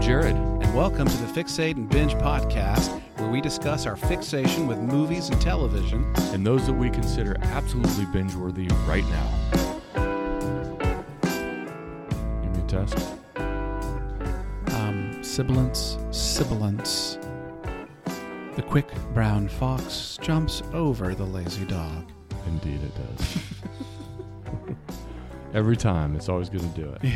Jared. And welcome to the Fixate and Binge podcast, where we discuss our fixation with movies and television. And those that we consider absolutely binge worthy right now. Give me a test. Um, sibilance, sibilance. The quick brown fox jumps over the lazy dog. Indeed, it does. Every time, it's always going to do it.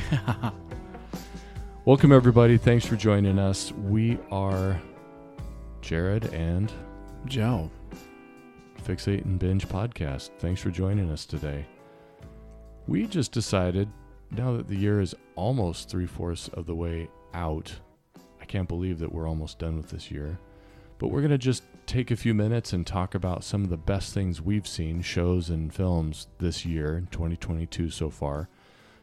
Welcome, everybody. Thanks for joining us. We are Jared and Joe. Fixate and Binge podcast. Thanks for joining us today. We just decided, now that the year is almost three fourths of the way out, I can't believe that we're almost done with this year, but we're going to just take a few minutes and talk about some of the best things we've seen, shows and films this year, 2022 so far.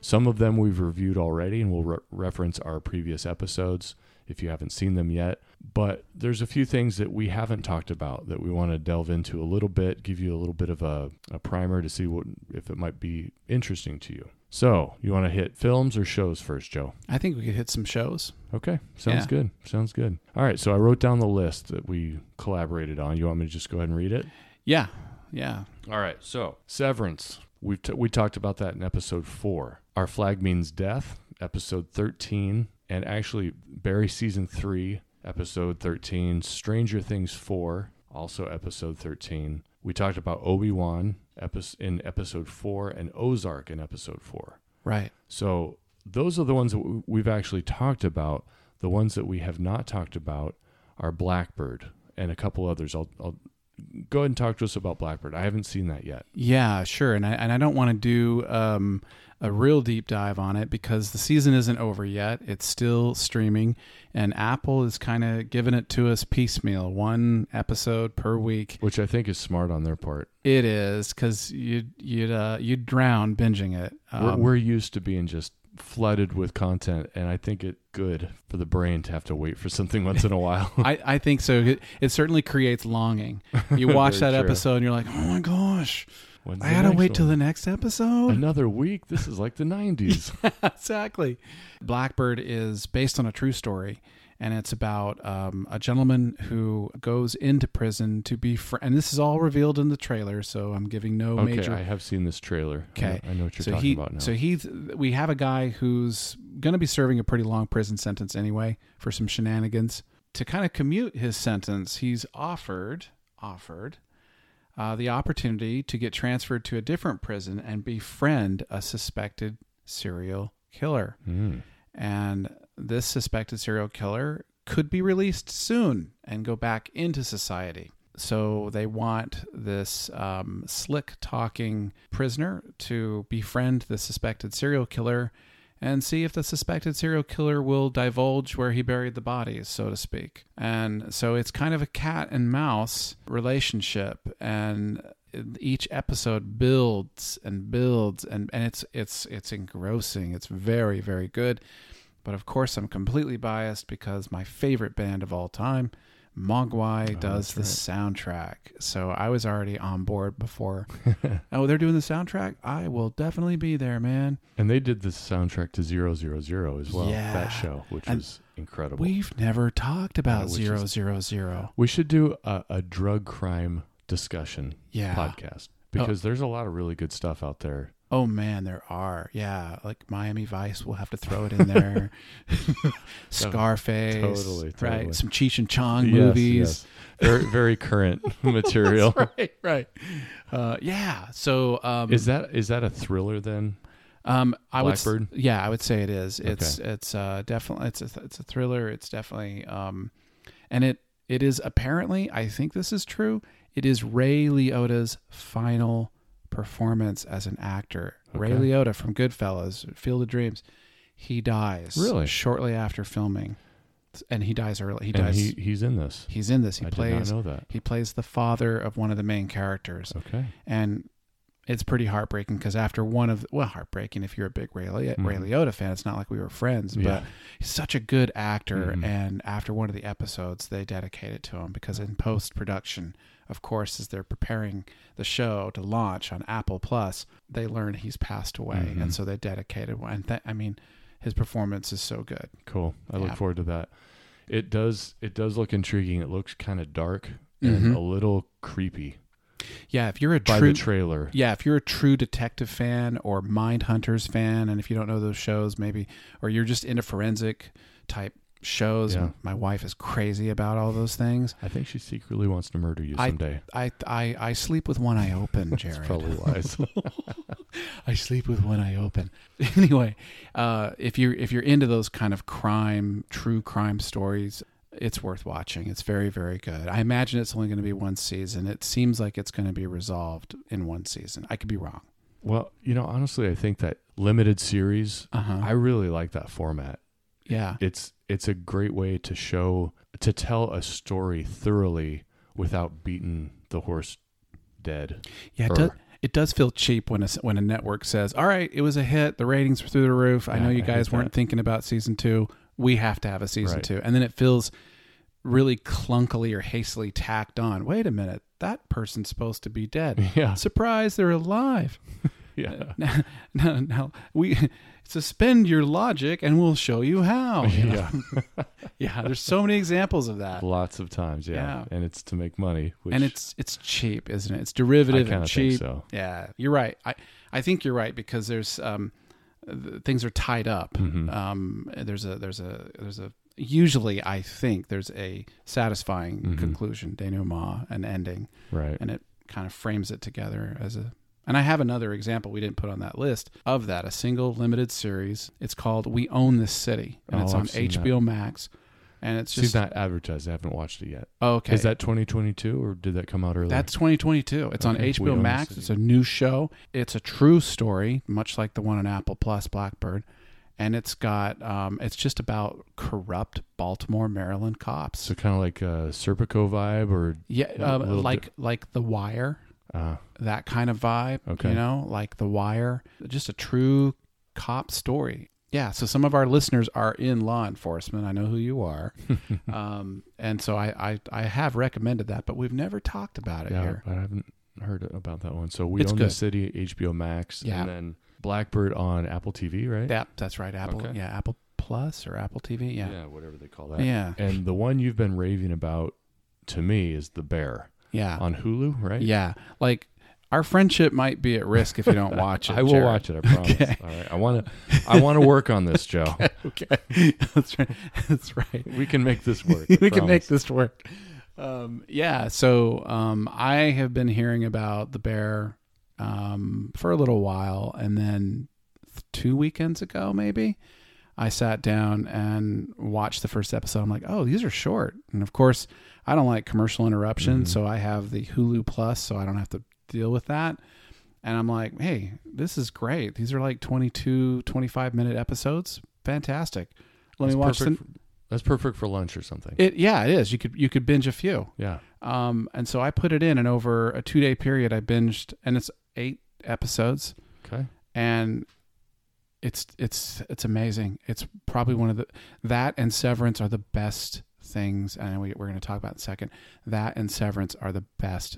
Some of them we've reviewed already and we'll re- reference our previous episodes if you haven't seen them yet. But there's a few things that we haven't talked about that we want to delve into a little bit, give you a little bit of a, a primer to see what if it might be interesting to you. So, you want to hit films or shows first, Joe? I think we could hit some shows. Okay, sounds Yeah. good. Sounds good. All right, so I wrote down the list that we collaborated on. You want me to just go ahead and read it? Yeah, yeah. All right, so Severance. We've t- we talked about that in episode four. Our flag means death, episode thirteen, and actually Barry season three, episode thirteen. Stranger Things four, also episode thirteen. We talked about Obi Wan epi- in episode four and Ozark in episode four. Right. So those are the ones that w- we've actually talked about. The ones that we have not talked about are Blackbird and a couple others. I'll, I'll go ahead and talk to us about Blackbird. I haven't seen that yet. Yeah, sure. And I, and I don't want to do um, a real deep dive on it because the season isn't over yet. It's still streaming, and Apple is kind of giving it to us piecemeal, one episode per week. which I think is smart on their part. It is because you'd you'd uh, you'd drown binging it. we're, Um, we're used to being just flooded with content, and I think it good for the brain to have to wait for something once in a while. I, I think so. It, it certainly creates longing. You watch that Very true. episode and you're like, oh my gosh, When's I the gotta next wait till one? the next episode. another week. This is like the '90s. exactly. Blackbird is based on a true story, and it's about um, a gentleman who goes into prison to be. Fr- and this is all revealed in the trailer, so I'm giving no okay, major. I have seen this trailer. I Okay. know- I know what you're so talking he, about now. so he, we have a guy who's going to be serving a pretty long prison sentence anyway for some shenanigans. To kind of commute his sentence, he's offered offered uh, the opportunity to get transferred to a different prison and befriend a suspected serial killer. Mm. And this suspected serial killer could be released soon and go back into society. So they want this um, slick talking prisoner to befriend the suspected serial killer and see if the suspected serial killer will divulge where he buried the bodies, so to speak. And so it's kind of a cat and mouse relationship. And each episode builds and builds and, and it's it's it's engrossing. It's very, very good. But of course, I'm completely biased because my favorite band of all time, Mogwai, does the soundtrack. So I was already on board before. oh, they're doing the soundtrack? I will definitely be there, man. And they did the soundtrack to Zero Zero Zero as well. Yeah. That show, which And was incredible. We've never talked about Yeah, which zero is- zero zero. We should do a, a drug crime discussion Yeah. podcast because there's a lot of really good stuff out there. Oh man, there are. Yeah, like Miami Vice, we'll have to throw it in there. Scarface, Totally, totally. right? Some Cheech and Chong Yes, movies. yes. Very, very current material. Right, right. Uh, yeah. So um, Is that is that a thriller then? Um, I Blackbird? would, s- yeah, I would say it is. It's it's uh, definitely it's a th- it's a thriller. It's definitely um, and it it is apparently I think this is true. It is Ray Liotta's final performance as an actor. Ray Okay. Liotta from Goodfellas, Field of Dreams. He dies Really? shortly after filming, and he dies early. He And dies. he, he's in this. he's in this. He I plays. did not know that. He plays the father of one of the main characters Okay. and it's pretty heartbreaking because after one of well heartbreaking if you're a big Ray, Li- Ray Liotta fan it's not like we were friends but Mm-hmm. Yeah. he's such a good actor Mhm. and after one of the episodes they dedicate it to him because in post production of course as they're preparing the show to launch on Apple Plus they learn he's passed away Mhm. and so they dedicated one and th- I mean his performance is so good. Cool. I Yeah. look forward to that. It does. It does look intriguing. It looks kind of dark Mhm. and a little creepy Yeah, if you're a Mm-hmm. by true the trailer. yeah, if you're a true detective fan or mind hunters fan, and if you don't know those shows, maybe, or you're just into forensic type shows, Yeah. and my wife is crazy about all those things. I think she secretly wants to murder you I- someday. I I, I sleep with one eye open, It's Jared. probably wise. I sleep with one eye open. anyway, uh, if you're if you're into those kind of crime, true crime stories, it's worth watching. It's very very good. I imagine it's only going to be one season. It seems like it's going to be resolved in one season. I could be wrong. well, you know, honestly, I think that limited series. Uh huh. I really like that format. Yeah. It's it's a great way to show to tell a story thoroughly without beating the horse dead. Yeah. It Or- does, it does feel cheap when a s- when a network says, "All right, it was a hit. The ratings were through the roof. I Yeah, know I you hate guys weren't that. thinking about season two. We have to have a season Right. two. And then it feels really clunkily or hastily tacked on. Wait a minute. That person's supposed to be dead. Yeah, Surprise, they're alive. yeah, Now, now, now we suspend your logic and we'll show you how. You know? yeah. yeah, there's so many examples of that. Lots of times, yeah. Yeah. And it's to make money, which And it's it's cheap, isn't it? It's I derivative kind and of cheap. think so. Yeah, you're right. I, I think you're right because there's um, th- things are tied up. Mm-hmm. Um, there's a there's a there's a usually I think there's a satisfying Mm-hmm. conclusion, denouement, an ending, Right. and it kind of frames it together as a. And I have another example we didn't put on that list of that a single limited series. It's called "We Own This City" and Oh, it's I've on seen that. HBO Max, and it's She's just oh, not advertised. I haven't watched it yet. okay. Is that 2022 or did that come out earlier? That's 2022. It's on Okay. We HBO own the Max. city. It's a new show. It's a true story, much like the one on Apple Plus, Blackbird, and it's got um, it's just about corrupt Baltimore, Maryland cops. so kind of like a Serpico vibe or Yeah, a uh, little like like The Wire, uh, that kind of vibe. Okay. you know, like The Wire, just a true cop story. Yeah, so some of our listeners are in law enforcement. I know who you are, um, and so I, I I have recommended that, but we've never talked about it yeah, here. but I haven't heard about that one. So we It's own the good. city, HBO Max, Yeah. and then Blackbird on Apple TV, right? Yeah, that's right. Apple, Okay. yeah, Apple Plus or Apple TV. Yeah, whatever they call that. yeah, yeah, And the one you've been raving about to me is The Bear Uh, yeah. on Hulu, right? Like our friendship might be at risk if you don't watch it. I will Jared. watch it. I promise. Okay. All right. I want to. I want to work on this, Joe. Okay, that's right. That's right. We can make this work. I we can make promise. this work. Um, yeah. So um, I have been hearing about the bear um, for a little while, and then th- two weekends ago, maybe I sat down and watched the first episode. I'm like, oh, these are short, and of course, I don't like commercial interruption, Mhm. so I have the Hulu Plus, so I don't have to deal with that. And I'm like, hey, this is great. These are like 22, 25 minute episodes. Fantastic. Let That's me watch the, perfect for- that's perfect for lunch or something. it yeah, it is. You could you could binge a few. yeah. Um, and so I put it in, and over a two day period, I binged, and it's eight episodes, Okay. and it's it's it's amazing. It's probably one of the that and Severance are the best things, and we, we're going to talk about it in a second. That and Severance are the best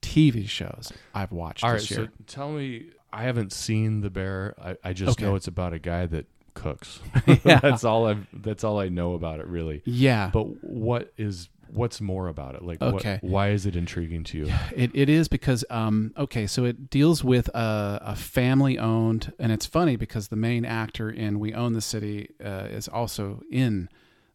TV shows I've watched All right. this So year. tell me, I haven't seen The Bear. I, I just Okay. know it's about a guy that cooks. Yeah. that's all I. That's all I know about it, really. yeah, But what is what's more about it? Like, Okay. what, why is it intriguing to you? It, it is because um okay so it deals with a, a family owned and it's funny because the main actor in We Own the City uh, is also in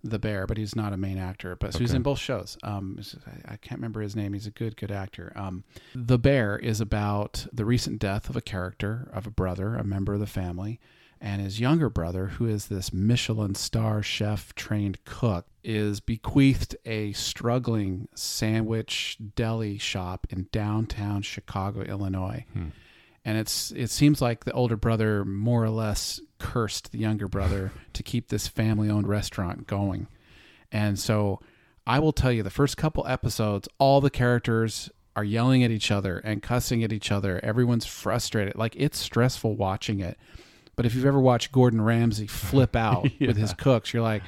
The Bear but he's not a main actor but so he's Okay. in both shows um I, I can't remember his name he's a good good actor um The Bear is about the recent death of a character of a brother a member of the family and his younger brother who is this Michelin star chef trained cook is bequeathed a struggling sandwich deli shop in downtown Chicago, Illinois. And it's it seems like the older brother more or less cursed the younger brother to keep this family-owned restaurant going. And so I will tell you the first couple episodes all the characters are yelling at each other and cussing at each other. Everyone's frustrated. Like it's stressful watching it. But if you've ever watched Gordon Ramsay flip out with his cooks, you're like,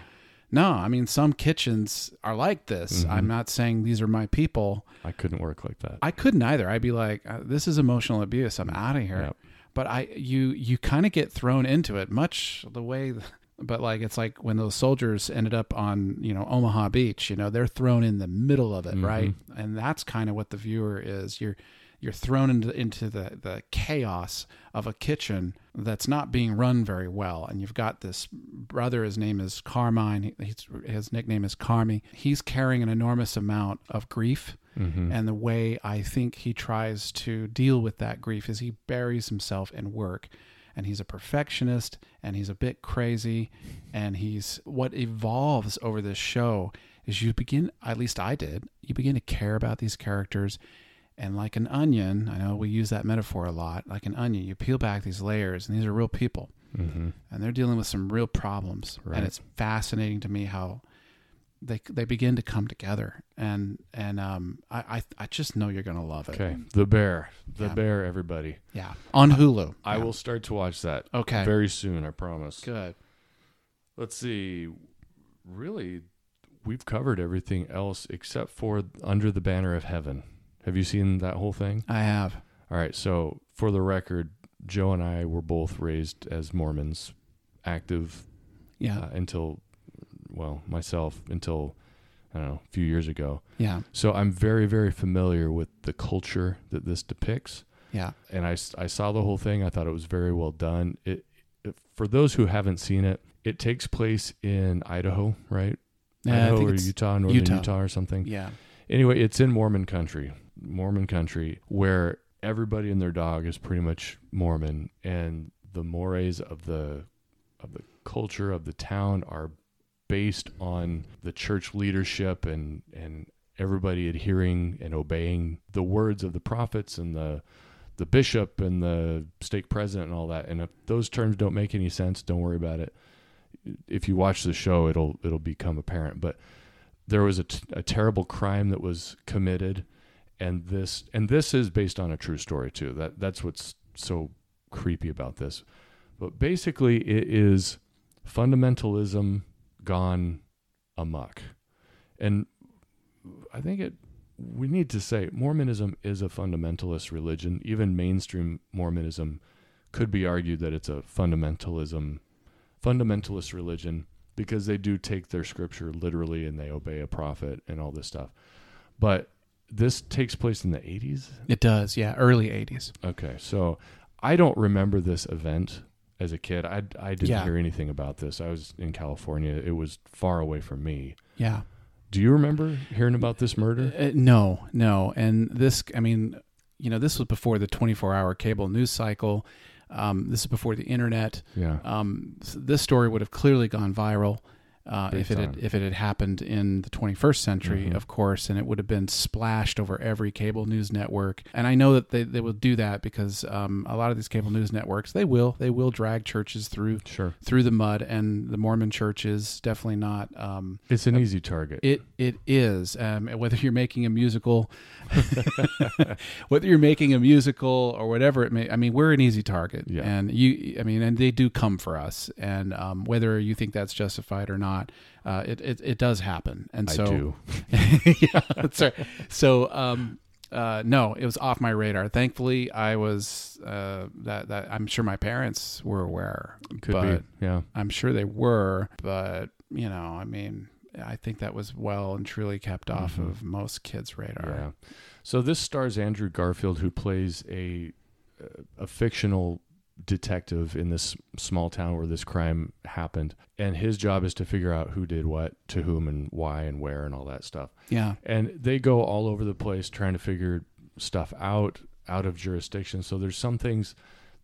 no, I mean, some kitchens are like this. I'm not saying these are my people. I couldn't work like that. Mm. I couldn't either. I'd be like, uh, this is emotional abuse. I'm out of here. Yep. But I, you, you kind of get thrown into it, much the way but like it's like when those soldiers ended up on you know Omaha Beach, you know they're thrown in the middle of it, Mhm. right? And that's kind of what the viewer is. You're you're thrown into into the the chaos of a kitchen that's not being run very well, and you've got this brother. His name is Carmine. He's, his nickname is Carmi. He's carrying an enormous amount of grief. Mm-hmm. And the way I think he tries to deal with that grief is he buries himself in work. And he's a perfectionist and he's a bit crazy. And he's what evolves over this show is you begin, at least I did, you begin to care about these characters. And like an onion, I know we use that metaphor a lot like an onion, you peel back these layers, and these are real people Mm-hmm. and they're dealing with some real problems. Right. And it's fascinating to me how they they begin to come together. And and um, I I, I just know you're gonna love it. Okay, the bear, the um, Yeah. bear, everybody. Yeah, on Hulu. I Yeah. will start to watch that Okay. very soon. I promise. Good. Let's see. Really, we've covered everything else except for Under the Banner of Heaven. Have you seen that whole thing? I have. All right. So, for the record, Joe and I were both raised as Mormons, active Yeah. uh, until, well, myself until, I don't know, a few years ago. Yeah. So, I'm very, very familiar with the culture that this depicts. Yeah. And I, s- I saw the whole thing. I thought it was very well done. It, it, for those who haven't seen it, it takes place in Idaho, right? Yeah, Idaho I think or it's, Utah, northern Utah. Utah. or something. yeah. Anyway, it's in Mormon country, Mormon country, where everybody and their dog is pretty much Mormon, and the mores of the of the culture of the town are based on the church leadership and and everybody adhering and obeying the words of the prophets and the the bishop and the stake president and all that. And if those terms don't make any sense, don't worry about it. If you watch the show, it'll it'll become apparent. But there was a, t- a terrible crime that was committed, and this and this is based on a true story too. That that's what's so creepy about this. But basically, it is fundamentalism gone amok, and I think it. We need to say Mormonism is a fundamentalist religion. Even mainstream Mormonism could be argued that it's a fundamentalism, fundamentalist religion because they do take their scripture literally and they obey a prophet and all this stuff. But this takes place in the 80s. It does. Yeah. Early '80s. Okay, so I don't remember this event as a kid. I, I didn't Yeah. hear anything about this. I was in California. It was far away from me. Yeah. Do you remember hearing about this murder? Uh, no, no. And this, I mean, you know, this was before the 24-hour cable news cycle. Um, this is before the internet. Yeah. um, s- this story would have clearly gone viral uh, Big if it had, time. if it had happened in the 21st century, Mhm. of course, and it would have been splashed over every cable news network. And I know that they, they will do that because um, a lot of these cable news networks they will they will drag churches through Sure. through the mud, and the Mormon church is definitely not. Um, It's an easy target. it it is um, whether you're making a musical, whether you're making a musical or whatever it may. I mean, we're an easy target, Yeah. and you. I mean, and they do come for us, and um, whether you think that's justified or not, uh, it, it it does happen, and I so do. yeah, that's right. So, um, uh, no, it was off my radar. Thankfully, I was uh, that that I'm sure my parents were aware. Could but- be. Yeah. I'm sure they were, but you know, I mean, I think that was well and truly kept off Mhm. of most kids' radar. Yeah. So this stars Andrew Garfield, who plays a a fictional detective in this small town where this crime happened, and his job is to figure out who did what, to whom, and why, and where, and all that stuff. Yeah. And they go all over the place trying to figure stuff out out of jurisdiction. So there's some things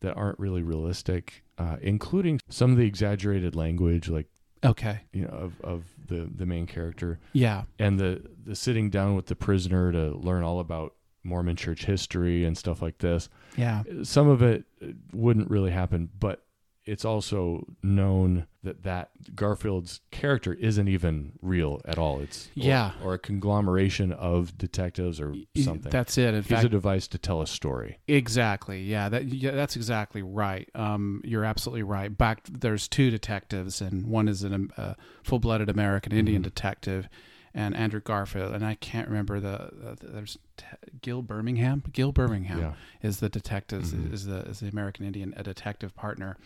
that aren't really realistic, uh, including some of the exaggerated language, like Okay. you know, of of the the main character Yeah. and the the sitting down with the prisoner to learn all about Mormon church history and stuff like this. Yeah. Some of it uh, wouldn't really happen, but it's also known that that Garfield's character isn't even real at all. It's or- Yeah. or, a conglomeration of detectives or something. That's it. In He's fact, a device to tell a story. exactly. Yeah. That. Yeah. That's exactly right. Um, you're absolutely right. Back there's two detectives, and one is an, um, a full-blooded American Indian Mhm. detective, and Andrew Garfield, and I can't remember the. Uh, there's t- Gil Birmingham. Gil Birmingham. Yeah. is the detective Mhm. is the is the American Indian a detective partner,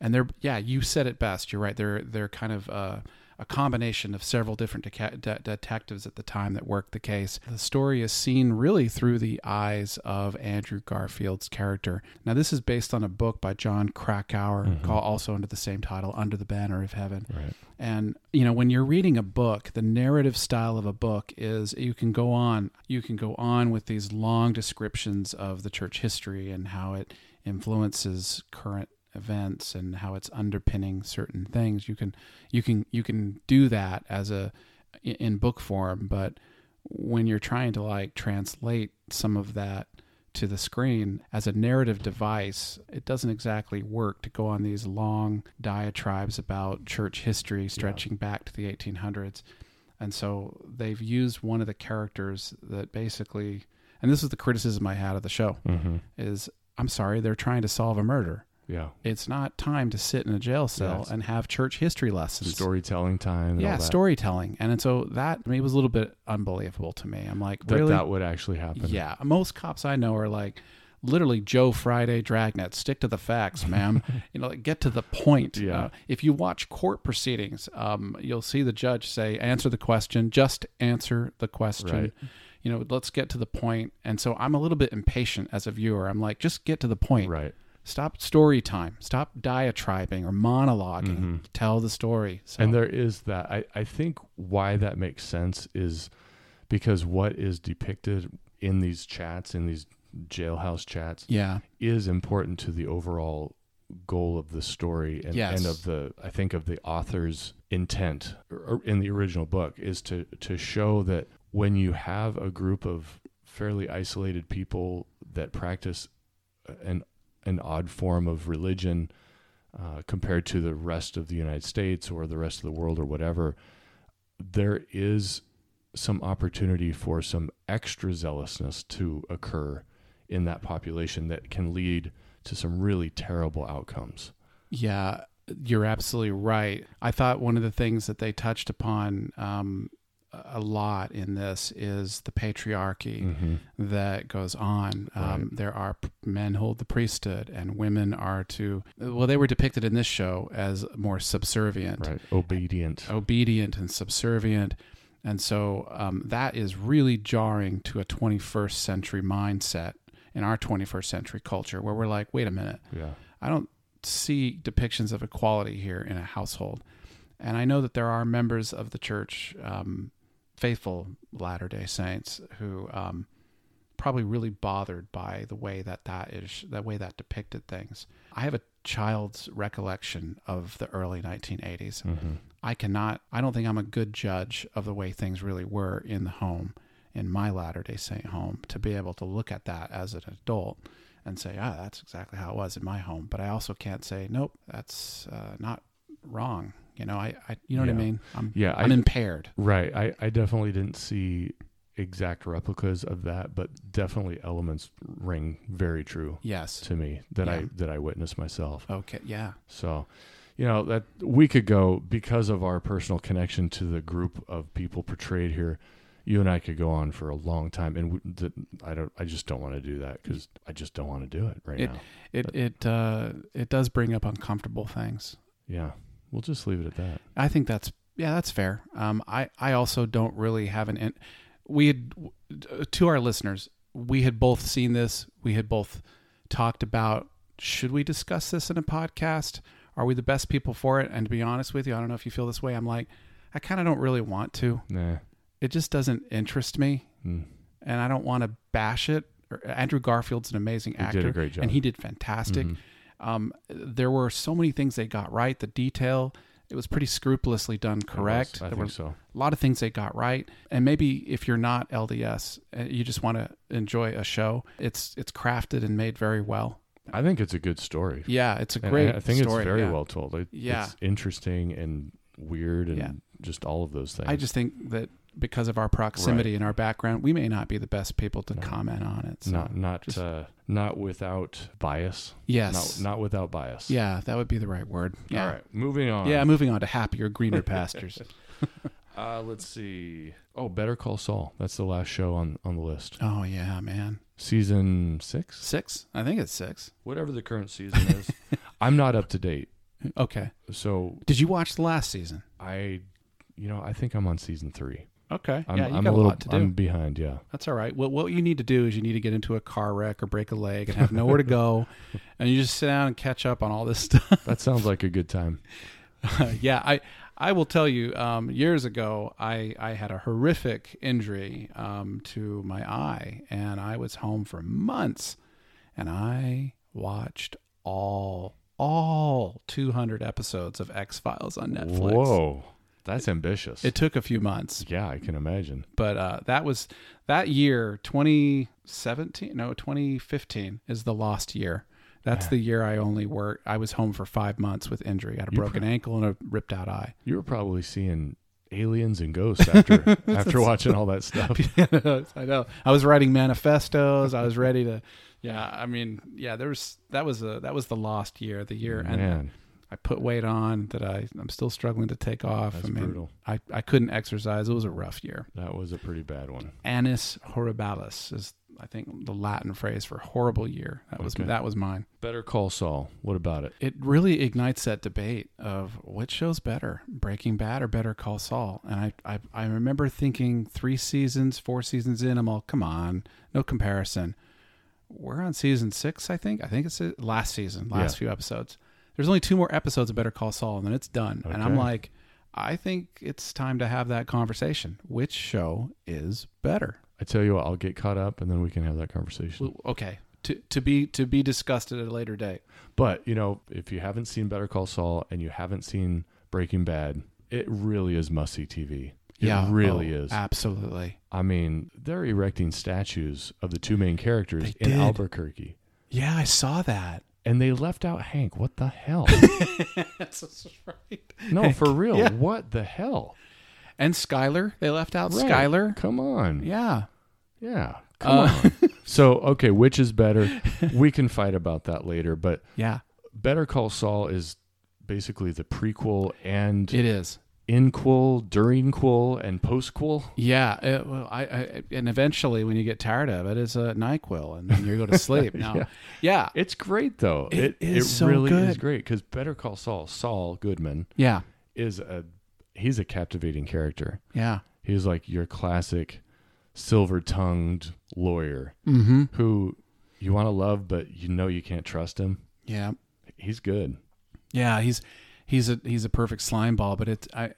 and they're yeah you said it best you're right they're they're kind of uh, a combination of several different deca- de- detectives at the time that worked the case the story is seen really through the eyes of andrew garfield's character now this is based on a book by john krakauer called also under the same title under the banner of heaven Right. and you know when you're reading a book the narrative style of a book is you can go on you can go on with these long descriptions of the church history and how it influences current events and how it's underpinning certain things you can you can you can do that as a in- in book form but when you're trying to like translate some of that to the screen as a narrative device, it doesn't exactly work to go on these long diatribes about church history stretching back to the 1800s. And so they've used one of the characters that basically, and this is the criticism I had of the show, Mm-hmm. is I'm sorry, they're trying to solve a murder. Yeah. It's not time to sit in a jail cell Yes. and have church history lessons. Storytelling time. And yeah, all that. storytelling. And so that, I mean, it was a little bit unbelievable to me. I'm like, That really? that would actually happen. Yeah, most cops I know are like literally Joe Friday dragnet. Stick to the facts, ma'am. you know, like, get to the point. Yeah. Uh, if you watch court proceedings, um, you'll see the judge say, "Answer the question. Just answer the question." Right. You know, let's get to the point. And so I'm a little bit impatient as a viewer. I'm like, just get to the point. Right. Stop story time. Stop diatribing or monologuing. Tell the story. So, Mm-hmm. And there is that. I, I think why that makes sense is because what is depicted in these chats, in these jailhouse chats, yeah, is important to the overall goal of the story and, Yes. and of the I think of the author's intent or- or in the original book is to to show that when you have a group of fairly isolated people that practice an an odd form of religion uh, compared to the rest of the United States or the rest of the world or whatever, there is some opportunity for some extra zealousness to occur in that population that can lead to some really terrible outcomes. Yeah, you're absolutely right. I thought one of the things that they touched upon um, a a lot in this is the patriarchy Mm. Mm-hmm. that goes on. Um, There are p- men hold the priesthood, and women are to well, they were depicted in this show as more subservient Right. Oh, Obedient. obedient and subservient. And so um, that is really jarring to a 21st century mindset in our 21st century culture where we're like, wait a minute, Yeah. I don't see depictions of equality here in a household. And I know that there are members of the church, um, faithful Latter day Saints, who um, probably really bothered by the way that that is, the way that depicted things. I have a child's recollection of the early 1980s. Mm-hmm. I cannot, I don't think I'm a good judge of the way things really were in the home, in my Latter day Saint home, to be able to look at that as an adult and say, ah, that's exactly how it was in my home. But I also can't say, nope, that's uh, not wrong. You know, I, I you know what I Yeah. mean? I'm, Yeah, I- I'm impaired. Right. I, I definitely didn't see exact replicas of that, but definitely elements ring very true Yes. to me that I Yeah. that I witnessed myself. Okay. Yeah. So, you know, that we could go because of our personal connection to the group of people portrayed here. You and I could go on for a long time, and we, the, I don't. I just don't want to do that because I just don't want to do it right It- now. It, it, uh, it does bring up uncomfortable things. Yeah, we'll just leave it at that. I think that's yeah, that's fair. Um, I I also don't really have an. In, we had uh, to our listeners, we had both seen this. We had both talked about should we discuss this in a podcast? Are we the best people for it? And to be honest with you, I don't know if you feel this way. I'm like, I kind of don't really want to. Nah. It just doesn't interest me, Mm. and I don't want to bash it. Or- Andrew Garfield's an amazing did actor, a great job. Mm-hmm. and he did fantastic. Um, there were so many things they got right. The detail, it was pretty scrupulously done correct. I there think were so. a lot of things they got right. And maybe if you're not LDS, uh, you just want to enjoy a show. It's it's crafted and made very well. I think it's a good story. Yeah, it's a And great. I, I think story, it's very yeah. well told. It- Yeah. It's interesting and weird and Yeah. just all of those things. I just think that because of our proximity and our background, we may not be the best people to No. comment on it. So. not not just- uh, not without bias. yes. Not not without bias. yeah, that would be the right word. Yeah. All right. Moving on. Yeah, moving on to happier, greener pastures. Uh, let's see. Oh, Better Call Saul. That's the last show on on the list. Oh yeah, man. Season six, Six? I think it's six. whatever the current season is. I'm not up to date. Okay. So Did you watch the last season? I, you know, I think I'm on season three. Okay. I'm, yeah, you I'm got a, a little, lot to do. I'm behind. Yeah. That's all right. What what you need to do is you need to get into a car wreck or break a leg and have nowhere to go, and you just sit down and catch up on all this stuff. That sounds like a good time. yeah, I I will tell you. Um, years ago, I I had a horrific injury um, to my eye, and I was home for months, and I watched all all 200 episodes of X Files on Netflix. Whoa. That's ambitious. It took a few months, yeah, I can imagine. but uh, that was that year 2017 no 2015 is the lost year that's the year i only worked i was home for five months with injury i had a broken ankle and a ripped out eye You were probably seeing aliens and ghosts after after watching all that stuff. i know i was writing manifestos i was ready to yeah i mean yeah there was that was a that was the lost year the year and Man, i put weight on that i i'm still struggling to take off that's i mean brutal. I, I couldn't exercise it was a rough year That was a pretty bad one. annus horribilis is I think the Latin phrase for horrible year. That was Okay. that was mine. Better Call Saul. What about it? It really ignites that debate of which show's better, Breaking Bad or Better Call Saul. And I I, I remember thinking three seasons, four seasons in, I'm all come on, no comparison. We're on season six, I think. I think it's uh, last season, last Yeah. few episodes. There's only two more episodes of Better Call Saul, and then it's done. And I'm Okay. like, I think it's time to have that conversation. Which show is better? I tell you what, I'll get caught up and then we can have that conversation. Well, okay to to be to be discussed at a later date But you know, if you haven't seen Better Call Saul and you haven't seen Breaking Bad, it really is must see TV. It really oh, is. absolutely I mean, they're erecting statues of the two main characters They in did. Albuquerque, yeah i saw that and they left out Hank. What the hell? that's right no, for real. Yeah. What the hell? and skylar they left out Right. skylar Come on. Yeah. yeah Uh, Come on. So, okay, which is better? we can fight about that later, but yeah Better Call Saul is basically the prequel and it is inquel, duringquel, and postquel. yeah it- well, I, I and eventually when you get tired of it it's a nyquil and then you go to sleep now yeah, yeah. It's great though. It is it so really is good. great because Better Call Saul, Saul Goodman Yeah, is a he's a captivating character. He's like your classic silver-tongued lawyer Mm-hmm. who you want to love but you know you can't trust him. Yeah, He's good. Yeah, he's he's a he's a perfect slime ball, but it's I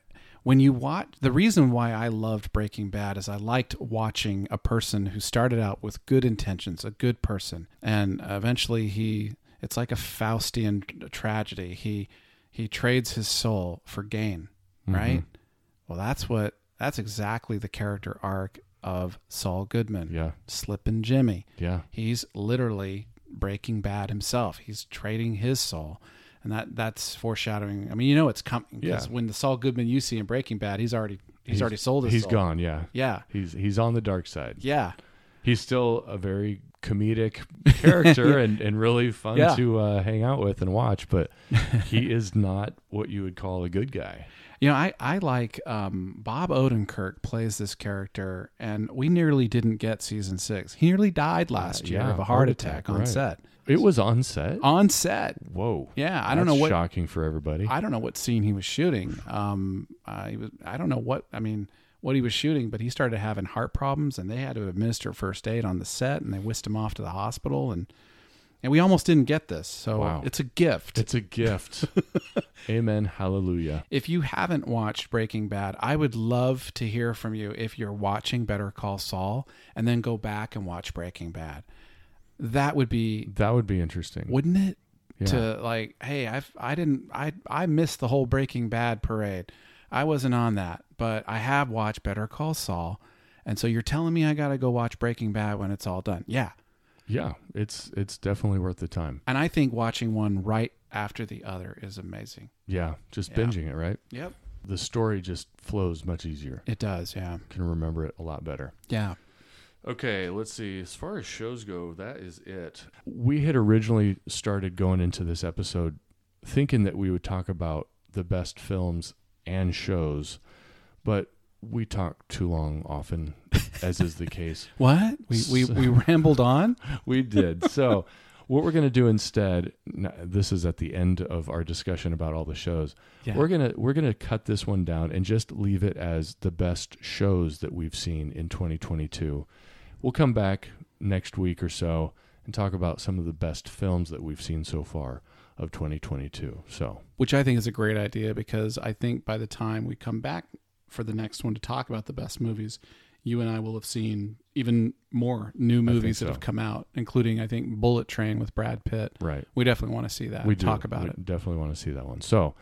when you watch the reason why I loved Breaking Bad is I liked watching a person who started out with good intentions, a good person, and eventually he it's like a Faustian tragedy. He he trades his soul for gain, right? Well, that's what that's exactly the character arc of Saul Goodman. Yeah. Slip and Jimmy. Yeah. He's literally Breaking Bad himself. He's trading his soul, and that that's foreshadowing. I mean, you know it's coming because Yeah. when the Saul Goodman you see in Breaking Bad, he's already he's, already sold his He's soul. gone, yeah. Yeah, He's he's on the dark side. yeah, He's still a very comedic character and, and really fun Yeah. to uh, hang out with and watch, but he is not what you would call a good guy. You know, I I like um, Bob Odenkirk plays this character, and we nearly didn't get season six. He nearly died last year Uh, yeah, of a heart heart attack, attack, on right. set. It was on set. On set. Whoa. Yeah, Uh, I don't know That's what shocking for everybody. I don't know what scene he was shooting. Um, uh, he was, I don't know what I mean what he was shooting, but he started having heart problems, and they had to administer first aid on the set, and they whisked him off to the hospital, and and we almost didn't get this. So Wow. it's a gift. it's a gift. Amen. Hallelujah. if you haven't watched Breaking Bad, I would love to hear from you if you're watching Better Call Saul and then go back and watch Breaking Bad. That would be, That would be interesting. wouldn't it? Yeah. to like hey i've i didn't i i missed the whole breaking bad parade i wasn't on that but i have watched better call saul and so you're telling me i gotta go watch breaking bad when it's all done yeah yeah, it's it's definitely worth the time. and i think watching one right after the other is amazing Yeah, just binging it, right? yep The story just flows much easier. it does yeah Can remember it a lot better. yeah Okay, let's see. As far as shows go, that is it. We had originally started going into this episode thinking that we would talk about the best films and shows, but we talk too long often, as is the case. what we we, we rambled on We did. So What we're going to do instead, n- this is at the end of our discussion about all the shows. Yeah. We're going to we're going to cut this one down and just leave it as the best shows that we've seen in 2022. We'll come back next week or so and talk about some of the best films that we've seen so far of 2022. So, Which I think is a great idea because I think by the time we come back for the next one to talk about the best movies, you and I will have seen even more new movies that so. have come out, including I think Bullet Train with Brad Pitt. right. We definitely want to see that. we and do. uh, talk about We it. Definitely want to see that one. So,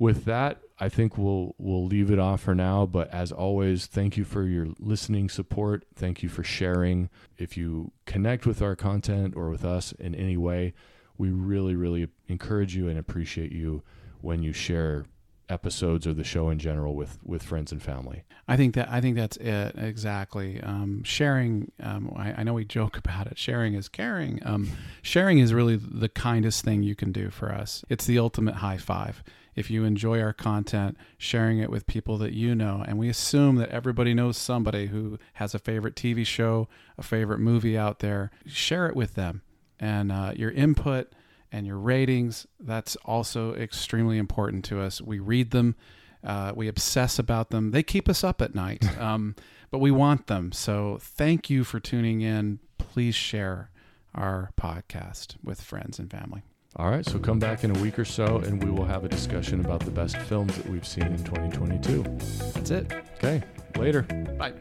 with that, I think we'll we'll leave it off for now. But as always, thank you for your listening support. Thank you for sharing. If you connect with our content or with us in any way, we really really encourage you and appreciate you when you share episodes or the show in general with with friends and family. I think that I think that's it exactly. Um, sharing, um, I, I know we joke about it. Sharing is caring. Um, sharing is really the kindest thing you can do for us. It's the ultimate high five. If you enjoy our content, sharing it with people that you know, and we assume that everybody knows somebody who has a favorite TV show, a favorite movie out there. Share it with them, and uh, your input and your ratings. That's also extremely important to us. We read them, uh, we obsess about them. They keep us up at night, um, but we want them. So thank you for tuning in. Please share our podcast with friends and family. All right, so come back in a week or so and we will have a discussion about the best films that we've seen in 2022. That's it. Okay, later. Bye.